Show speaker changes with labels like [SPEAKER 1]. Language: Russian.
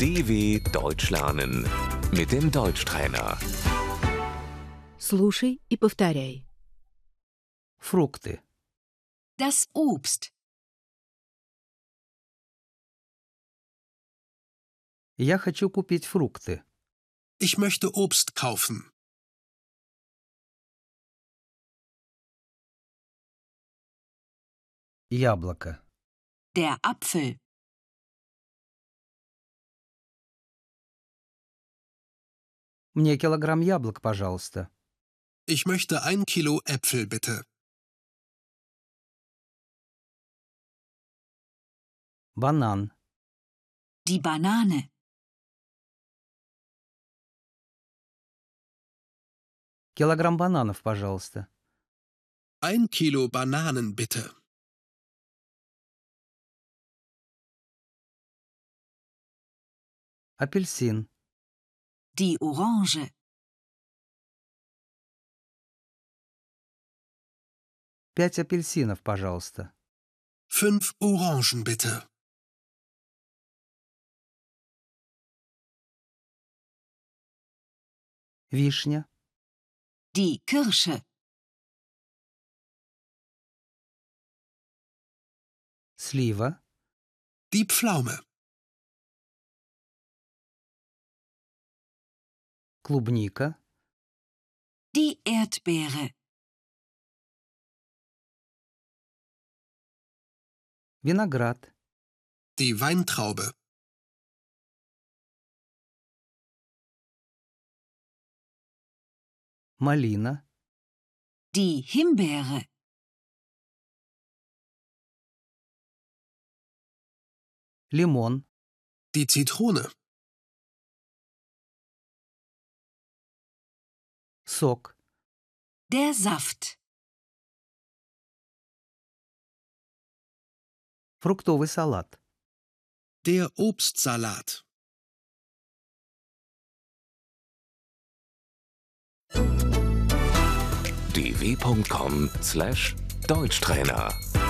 [SPEAKER 1] DW Deutsch lernen mit dem Deutschtrainer.
[SPEAKER 2] Слушай и повторяй.
[SPEAKER 3] Фрукты.
[SPEAKER 4] Das Obst,
[SPEAKER 3] Я хочу купить фрукты.
[SPEAKER 5] Ich möchte Obst kaufen.
[SPEAKER 3] Яблоко.
[SPEAKER 4] der Apfel,
[SPEAKER 3] Мне килограмм яблок, пожалуйста.
[SPEAKER 5] Ich möchte ein Kilo Äpfel bitte.
[SPEAKER 3] Банан.
[SPEAKER 4] die Banane,
[SPEAKER 3] Килограмм бананов, пожалуйста.
[SPEAKER 5] Ein Kilo Bananen bitte.
[SPEAKER 3] Апельсин.
[SPEAKER 4] die Orange,
[SPEAKER 3] Пять апельсинов, пожалуйста.
[SPEAKER 5] Fünf Orangen bitte.
[SPEAKER 3] Вишня.
[SPEAKER 4] die Kirsche,
[SPEAKER 3] Слива.
[SPEAKER 5] Die Pflaume.
[SPEAKER 3] Клубника.
[SPEAKER 4] die Erdbeere,
[SPEAKER 3] Виноград.
[SPEAKER 5] Die Weintraube.
[SPEAKER 3] Малина.
[SPEAKER 4] die Himbeere,
[SPEAKER 3] Лимон.
[SPEAKER 5] Die Zitrone.
[SPEAKER 3] Сок.
[SPEAKER 4] der Saft,
[SPEAKER 3] Фруктовый салат.
[SPEAKER 5] Der Obstsalat.
[SPEAKER 1] dw.com/deutschtrainer